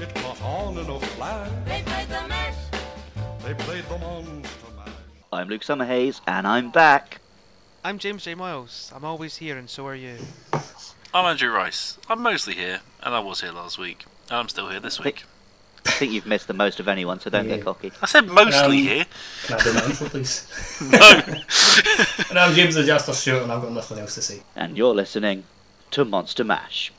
It was on in a flash. They played the mash. They played the monster mash. I'm Luke Summerhays, and I'm back. I'm James J. Miles. I'm always here, and so are you. I'm Andrew Rice. I'm mostly here, and I was here last week, and I'm still here this Wait. week. I think you've missed the most of anyone, so don't Yeah. get cocky. I said mostly Um, here. Can I do my intro, please? No. and I'm James the Jester Stewart, and I've got nothing else to say. And you're listening to Monster Mash.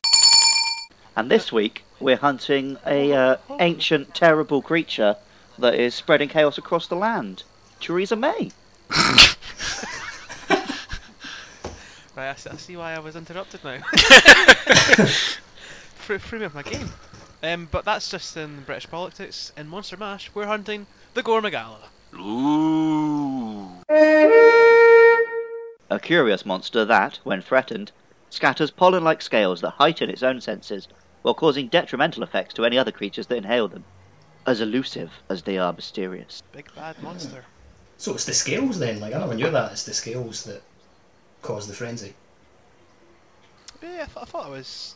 And this week, we're hunting a uh, ancient, terrible creature that is spreading chaos across the land. Theresa May. Right, I s- I, see why I was interrupted now. Threw threw me off my game. Um, but that's just in British politics. In Monster Mash, we're hunting the Gormagala. Ooh. A curious monster that, when threatened, scatters pollen like scales that heighten its own senses while causing detrimental effects to any other creatures that inhale them. As elusive as they are mysterious. Big bad monster. So it's the scales then, like I never knew that. It's the scales that cause the frenzy. But yeah, I, th- I thought I was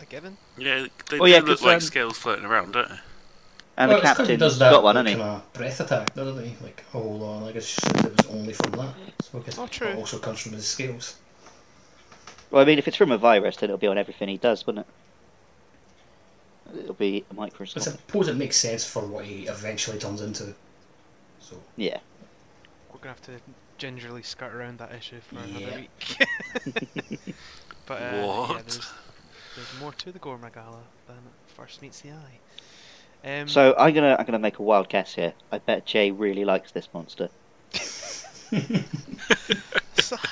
a given. Yeah, they, Oh, yeah, they look 'cause, like um, scales floating around, don't they? And well, the it's 'cause he captain's does that got one, hasn't he? kind of breath attack, doesn't he? Like a whole lot. Like I just assumed it was only from that. So I guess Oh, true. It also comes from his scales. Well, I mean, if it's from a virus, then it'll be on everything he does, wouldn't it? It'll be a But I microscope. suppose it makes sense for what he eventually turns into. So Yeah. We're gonna have to gingerly skirt around that issue for Yeah. another week. but uh, yeah, What? there's, there's more to the Gormagala than first meets the eye. Um, So I'm gonna I'm gonna make a wild guess here. I bet Jay really likes this monster. So-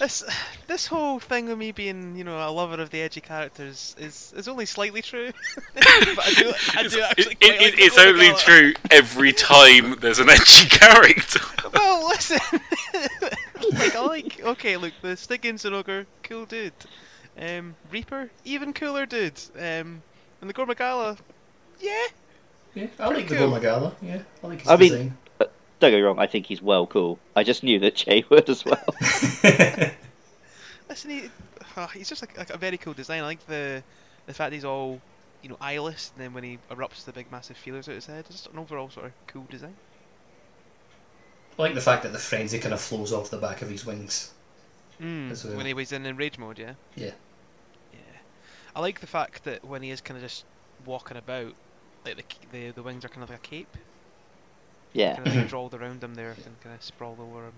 this this whole thing of me being you know a lover of the edgy characters is is only slightly true. but I do, I do It- actually it- quite like Oh it- the it's only Gormagala. true every time there's an edgy character. Well, Oh, listen, like I like okay, look, the Stiggins and Ogre, cool dude. Um, Reaper, even cooler dude. Um, and the Gormagala, yeah. yeah, I like the cool. Gormagala. Yeah, I like his I mean- design. Don't get me wrong. I think he's well cool. I just knew that Jay would as well. Listen, he, uh, he's just like, like a very cool design. I like the the fact he's all you know eyeless, and then when he erupts the big massive feelers out his head, it's just an overall sort of cool design. I like the fact that the frenzy kind of flows off the back of his wings. That's Mm, a- when he was in, in rage mode, yeah. Yeah. Yeah. I like the fact that when he is kind of just walking about, like the c- the, the wings are kind of like a cape, yeah. kind of like rolled around him there and kind of sprawled over him.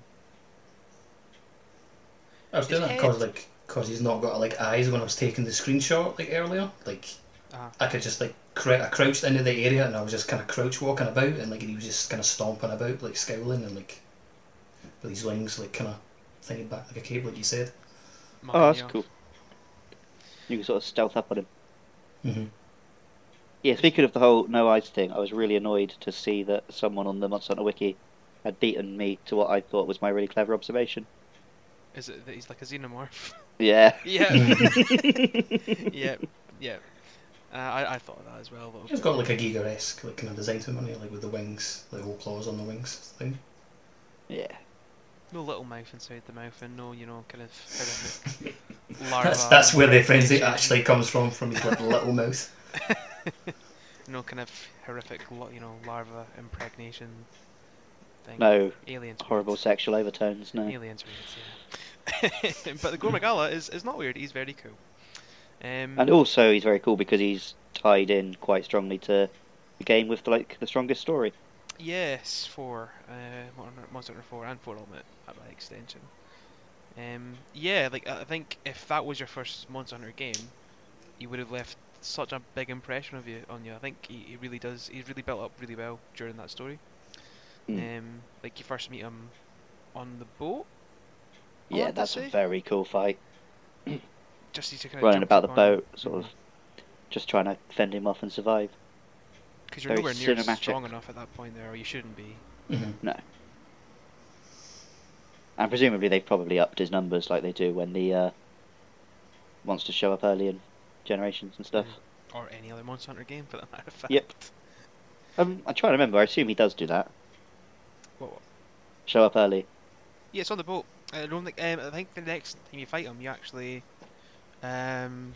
I was doing His that because head. like because he's not got like eyes when I was taking the screenshot like earlier. Like Ah. I could just like cr- I crouched into the area and I was just kind of crouch walking about and like he was just kind of stomping about like scowling and like with his wings like kind of thinking back like a cape like you said. Mucking Oh, that's you off. cool. You can sort of stealth up on him. Mm-hmm. Yeah. Speaking of the whole no eyes thing, I was really annoyed to see that someone on the Monster Hunter wiki had beaten me to what I thought was my really clever observation. Is it that he's like a xenomorph? Yeah. yeah. yeah. Yeah. Uh, I I thought of that as well, but He's got like a Giger esque like kind of design to him, hasn't he? like with the wings, the whole claws on the wings thing. yeah. no little mouth inside the mouth, and no you know kind of horrific larva. That's that's where the frenzy creature. actually comes from from his like, little mouth. No kind of horrific, lo- you know, larva impregnation thing. No Aliens. horrible sexual overtones. No. Weird. Aliens weird, yeah. but the Gormagala is, is not weird, he's very cool. Um, And also, he's very cool because he's tied in quite strongly to the game with like the strongest story. Yes, 4. Uh, Modern- Monster Hunter 4 and 4 Ultimate uh, by extension. Um, yeah, like I think if that was your first Monster Hunter game, you would have left such a big impression of you on you. I think he, he really does. He's really built up really well during that story. Mm. Um, like you first meet him on the boat, Oh, I yeah, like to that's a see. very cool fight. just he's kind of Running about the boat, sort of just trying to fend him off and survive. because you're very nowhere near cinematic. strong enough at that point there, or you shouldn't be. Mm-hmm. And presumably, they've probably upped his numbers like they do when the uh, monsters show up early in generations and stuff. or any other Monster Hunter game for that matter of fact. Yep. Um, I'm trying to remember. I assume he does do that. What- what- Show up early. Yeah, it's on the boat. I don't think. Um, I think the next time you fight him, you actually um,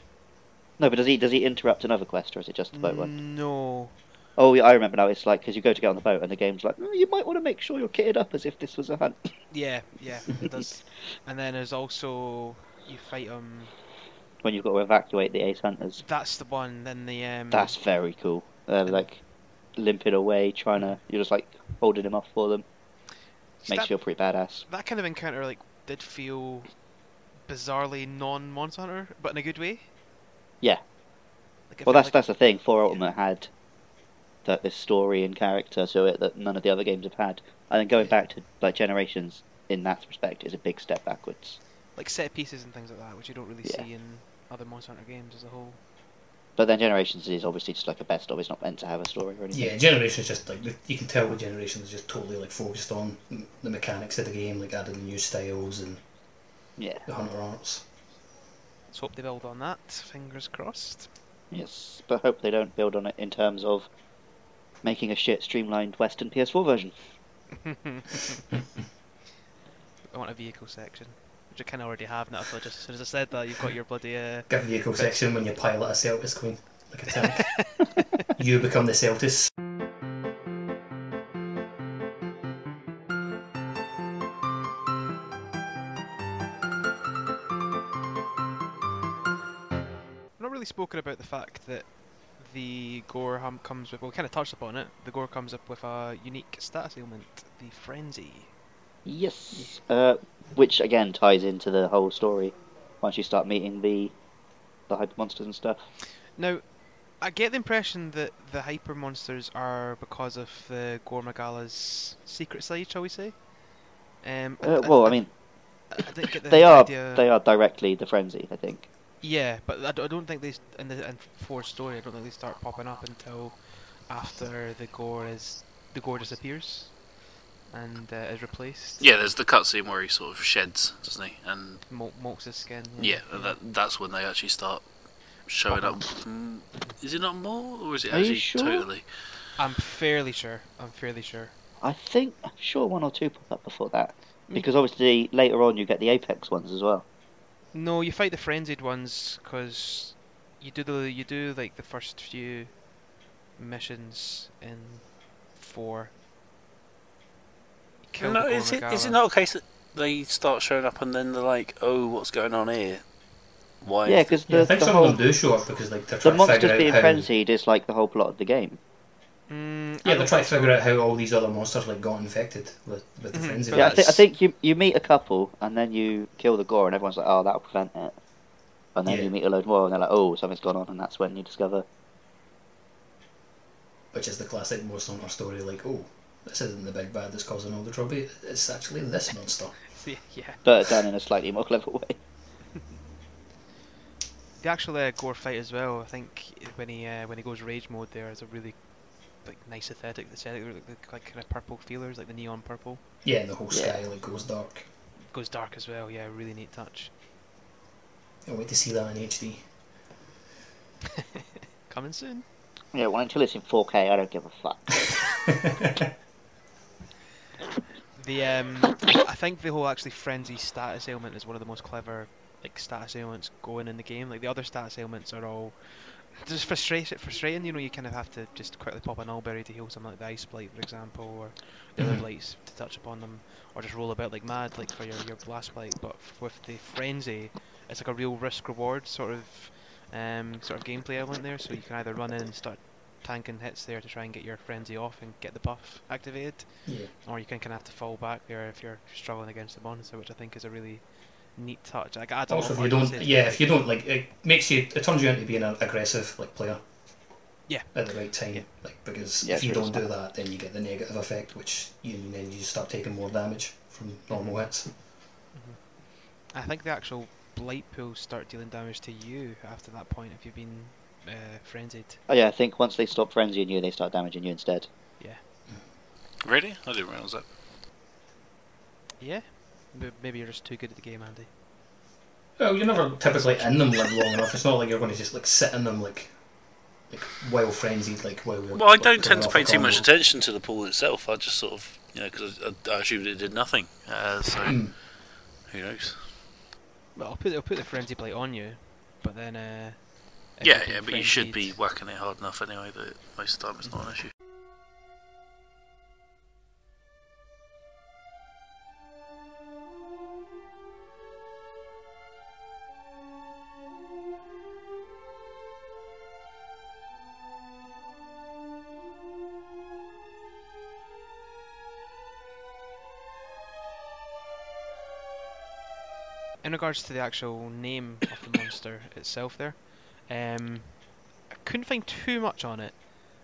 No, but does he does he interrupt another quest or is it just the boat Mm. one? No. Oh, yeah, I remember now. It's like because you go to get on the boat and the game's like, "Mm, you might want to make sure you're kitted up as if this was a hunt. Yeah, yeah, it does. and then there's also you fight um. when you've got to evacuate the ace hunters. That's the one. Then the um. That's very cool. They're like limping away, trying to. You're just like holding him off for them. See, Makes that, you feel pretty badass. that kind of encounter like did feel bizarrely non Monster Hunter, but in a good way. Yeah. Like, it Well, felt that's like, that's the thing. Four Ultimate had that this story and character to it that none of the other games have had. And then going back to like generations in that respect is a big step backwards. like set pieces and things like that, which you don't really Yeah. see in other Monster Hunter games as a whole. But then Generations is obviously just like a best of. It's not meant to have a story or anything. Yeah, Generations just like the- you can tell the Generations is just totally like focused on m- the mechanics of the game, like adding new styles and Yeah. the hunter arts. Let's hope they build on that. Fingers crossed. Yes. But hope they don't build on it in terms of making a shit streamlined Western PS4 version. I want a vehicle section, which I kind of already have now. So just as soon as I said that, you've got your bloody uh, Get a vehicle section when you pilot a Celtis Queen, like a tank. you become the Celtis. We've not really spoken about the fact that the gore hum comes with. Well, we kind of touched upon it. The gore comes up with a unique status ailment, the frenzy. Yes. Uh, which again ties into the whole story once you start meeting the the hyper monsters and stuff. Now, I get the impression that the hyper monsters are because of the gore Magala's secret side, shall we say? Um, I- Uh, well, I mean, I, I didn't get the they are idea- they are directly the frenzy, I think. Yeah, but I d- I don't think they s- in the in four story. I don't think they start popping up until after the gore is the gore disappears and uh, is replaced. Yeah, there's the cutscene where he sort of sheds, doesn't he? And Mol- molts his skin. yeah, that that's when they actually start showing up. Mm, Is it not more, or is it Are you actually sure? totally? I'm fairly sure. I'm fairly sure. I think I'm sure one or two pop up before that because obviously later on you get the apex ones as well. No, you fight the frenzied ones because you do the you do like the first few missions in four. You kill the No, is it is it Gormagala. not a case that they start showing up and then they're like, oh, what's going on here? Why? yeah, is because Yeah, I the, think the some whole of them do show up because like they're the trying to monsters figure out being how. frenzied is like the whole plot of the game. Mm, I Yeah, they're don't trying think to so. figure out how all these other monsters like got infected with, with the Mhm, frenzy. but yeah, I, thi- I that's- think you you meet a couple and then you kill the gore and everyone's like, oh, that'll prevent it. And then Yeah. you meet a load more and they're like, oh, something's gone on, and that's when you discover which is the classic monster hunter story. Like, oh, this isn't the big bad that's causing all the trouble. It's actually this monster. See, yeah. but done in a slightly more clever way. The actual uh, gore fight as well. I think when he uh, when he goes rage mode, there is a really like nice aesthetic. The aesthetic with, like, like kind of purple feelers, like the neon purple, Yeah, and the whole Yeah. sky like goes dark. goes dark as well. Yeah, really neat touch. Can't wait to see that in HD. Coming soon. Yeah, well, until it's in 4K, I don't give a fuck. The um, I think the whole actually frenzy status ailment is one of the most clever like status ailments going in the game. Like the other status ailments are all just frustrating. Frustrating, you know. You kind of have to just quickly pop an Alberry to heal something like the ice blight, for example, or the other Mhm. blights to touch upon them, or just roll about like mad, like for your your blast blight. But f- with the frenzy, it's like a real risk reward sort of um, sort of gameplay element there. So you can either run in and start tanking hits there to try and get your frenzy off and get the buff activated Yeah, or you can kind of have to fall back there if you're struggling against the monster, which I think is a really neat touch. Like adds a lot also if more you to don't, the stage. yeah, if you don't like, it makes you, it turns you into being an aggressive like player. Yeah. At the right time, Yeah. like because Yeah, if you sure, don't it's do that, then you get the negative effect, which you then you start taking more damage from normal hits. I think the actual blight pools start dealing damage to you after that point if you've been uh, frenzied. Oh, yeah, I think once they stop frenzying you, they start damaging you instead. it- Really? I didn't realise that. Yeah, M- maybe you're just too good at the game, Andy. Well, you're never typically in them like long enough. It's not like you're going to just like sit in them like, like while frenzied, like while. you're, Well, I like, don't tend coming to off pay a too much combo. attention to the pool itself. I just sort of, you know, because I, I assumed it did nothing. Uh, so Mm. who knows? Well, I'll put I'll put the frenzy blight on you, but then uh, if Yeah, you're doing yeah, but you friend should be feeds. whacking it hard enough anyway that most of the time it's not an issue. in regards to the actual name of the monster itself there um, I couldn't find too much on it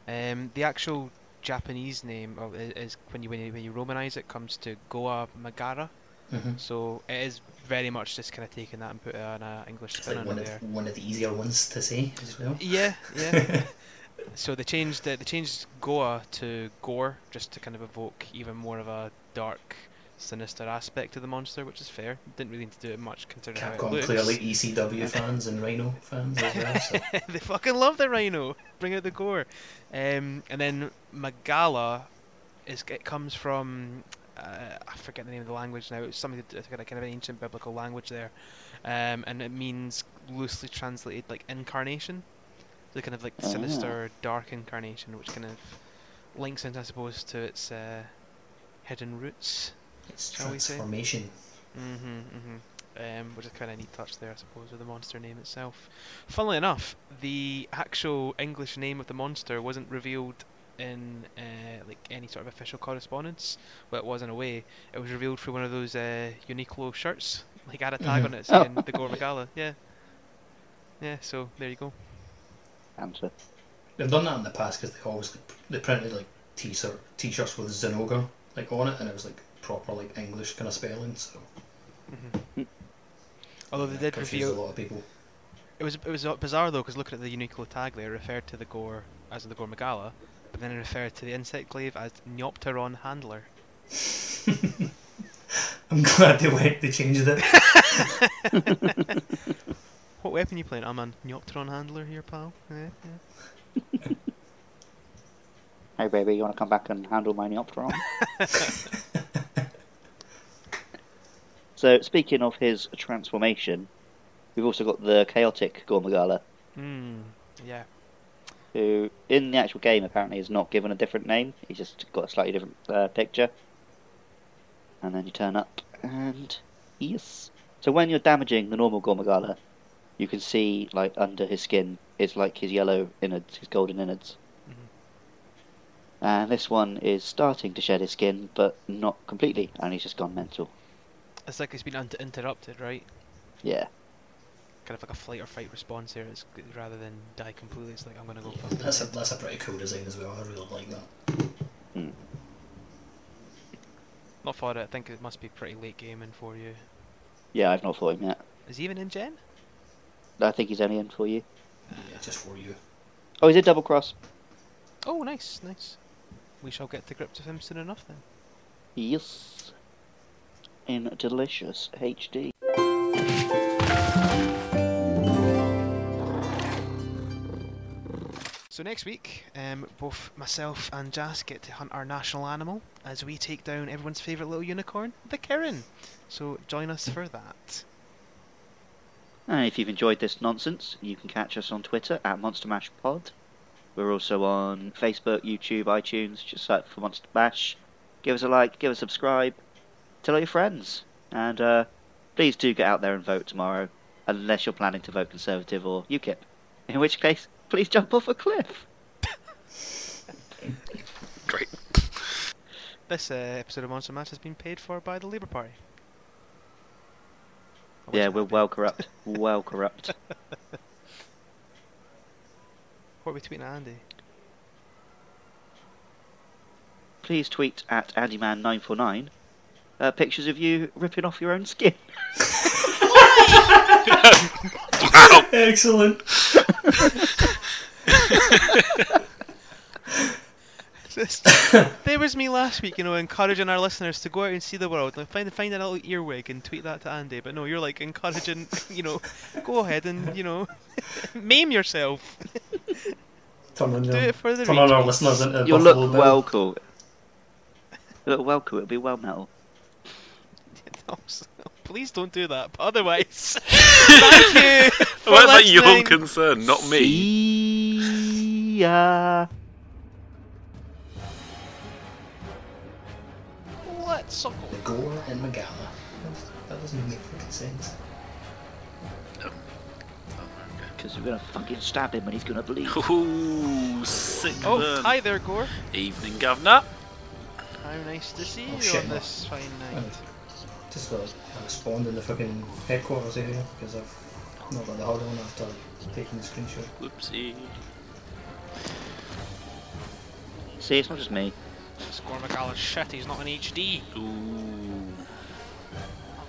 um, the actual Japanese name of it is when you when you, when you romanize it comes to Goa Magara hmm so it is very much just kind of taking that and put an uh, English It's spin like on one it of, there one of the easier ones to say as well. yeah yeah so they changed it they changed Goa to Gore just to kind of evoke even more of a dark sinister aspect to the monster which is fair didn't really need to do it much considering how it Capcom looks clearly ECW fans and Rhino fans as well. So. they fucking love the rhino. Bring out the gore. Um, and then Magala is it comes from uh, I forget the name of the language now. It's something that's got a kind of an ancient biblical language there, um, and it means loosely translated like incarnation, the kind of like Ah. sinister, dark incarnation, which kind of links into I suppose to its uh, hidden roots. It's Shall we say? transformation. Mhm, mhm. Um, which is kind of a neat touch there, I suppose, with the monster name itself. Funnily enough, the actual English name of the monster wasn't revealed in uh, like any sort of official correspondence, but it was in a way. It was revealed through one of those uh, Uniqlo shirts, like had a tag on it Oh. saying the Gore Magala. Yeah, yeah. So there you go. Answer. They've done that in the past because they always like, they printed like t-shirt t-shirts with Zenoga like on it, and it was like proper like English kind of spelling. So Mm-hmm. Although that they did confused reveal a lot of people. It was it was uh, bizarre though because looking at the Uniqlo tag there, it referred to the gore as the gore megala, but then it referred to the insect glaive as Neopteron handler. I'm glad they went. They changed it. What weapon you playing? I'm a Neopteron handler here, pal. Yeah, yeah. Hey, baby, you want to come back and handle my Neopteron? so, speaking of his transformation, we've also got the chaotic Gormagala, Hmm. Yeah. who, in the actual game, apparently is not given a different name. He's just got a slightly different uh, picture. And then you turn up, and yes. So, when you're damaging the normal Gormagala, you can see, like, under his skin, it's like his yellow innards, his golden innards. And this one is starting to shed his skin, but not completely, and he's just gone mental. It's like it's been un- interrupted, right? Yeah. Kind of like a flight or fight response here. It's g- rather than die completely. It's like I'm gonna go. Yeah, fucking that's a dead. that's a pretty cool design as well. I really like that. Not for it. I think it must be pretty late gaming for you. Yeah, I've not fought him yet. Is he even in Gen? I think he's only in for you. Yeah, just for you. Oh, he did double cross. Oh, nice, nice. We shall get to grips with him soon enough then. Yes. In delicious HD. So next week, um, both myself and Jas get to hunt our national animal as we take down everyone's favourite little unicorn, the Kirin. So join us for that. And Uh, if you've enjoyed this nonsense, you can catch us on Twitter at Monster Mash Pod. We're also on Facebook, YouTube, iTunes. Just search for Monster Mash. Give us a like, give us a subscribe, tell all your friends, and uh, please do get out there and vote tomorrow, unless you're planning to vote Conservative or UKIP. In which case, please jump off a cliff. Great. This uh, episode of Monster Match has been paid for by the Labour Party. I Yeah, wasn't we're happy. well corrupt. well corrupt. What are we tweeting at Andy? Please tweet at AndyMan949 uh, pictures of you ripping off your own skin. Excellent. Just- there was me last week, you know, encouraging our listeners to go out and see the world. Like find find a little earwig and tweet that to Andy. But no, you're like encouraging, you know, go ahead and you know, maim yourself. Turn on, Do your, it for the turn on our retweets. listeners into You'll Buffalo look Bill. well cool. You'll look well cool. It'll be well metal. Please don't do that. But otherwise, thank you. Why is that your listening. concern, not me? See ya. Let's suckle. The Gore and Magala. That's- That doesn't even make fucking sense. Because we're gonna fucking stab him and he's gonna bleed. Ooh, sick Oh, burn. hi there, Gore. Evening, Governor. How nice to see Oh, you shit, on no. this fine night. Just got I spawned in the fucking headquarters area because I've not got the hard on after taking the screenshot. Whoopsie. See, it's not just me. This Gore McAllen's shit, he's not an HD. Ooh.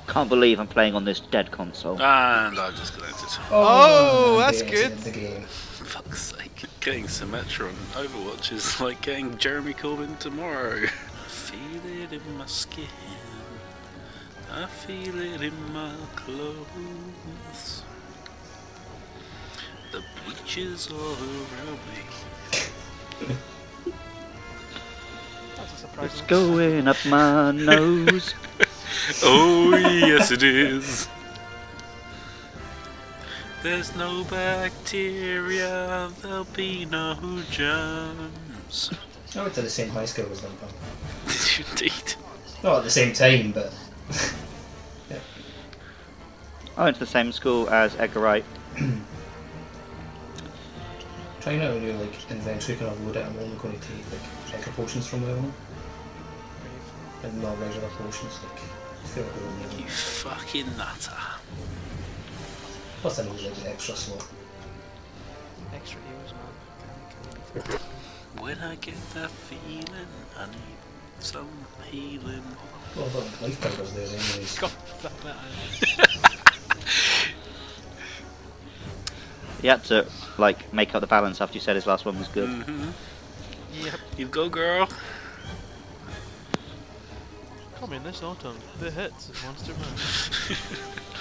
Can't believe I'm playing on this dead Uh, console. And I disconnected. Oh, and that's the good. end of The game. Fuck's sake. Getting Symmetra on Overwatch is like getting Jeremy Corbyn tomorrow. I feel it in my skin. I feel it in my clothes. The bleachers all around me. That's a surprise. It's going up my nose. Oh, yes, it is. There's no bacteria, there'll be no germs. I went to the same high school as them. huh? Indeed. Not at the same time, but I went to the same school as Edgar Wright. trying out a new like inventory kind of load it. I'm only going to take like extra potions from there on, and not regular potions. Like I feel like I don't need You them. fucking nutter. Plus I need like the extra slot. Extra heals, man. When I get that feeling, I need some healing. Well, but life powder's there anyways. God damn it, I- He had to like make up the balance after you said his last one was good. Mm-hmm. Yep, You go, girl. coming this autumn. The hits of Monster Man.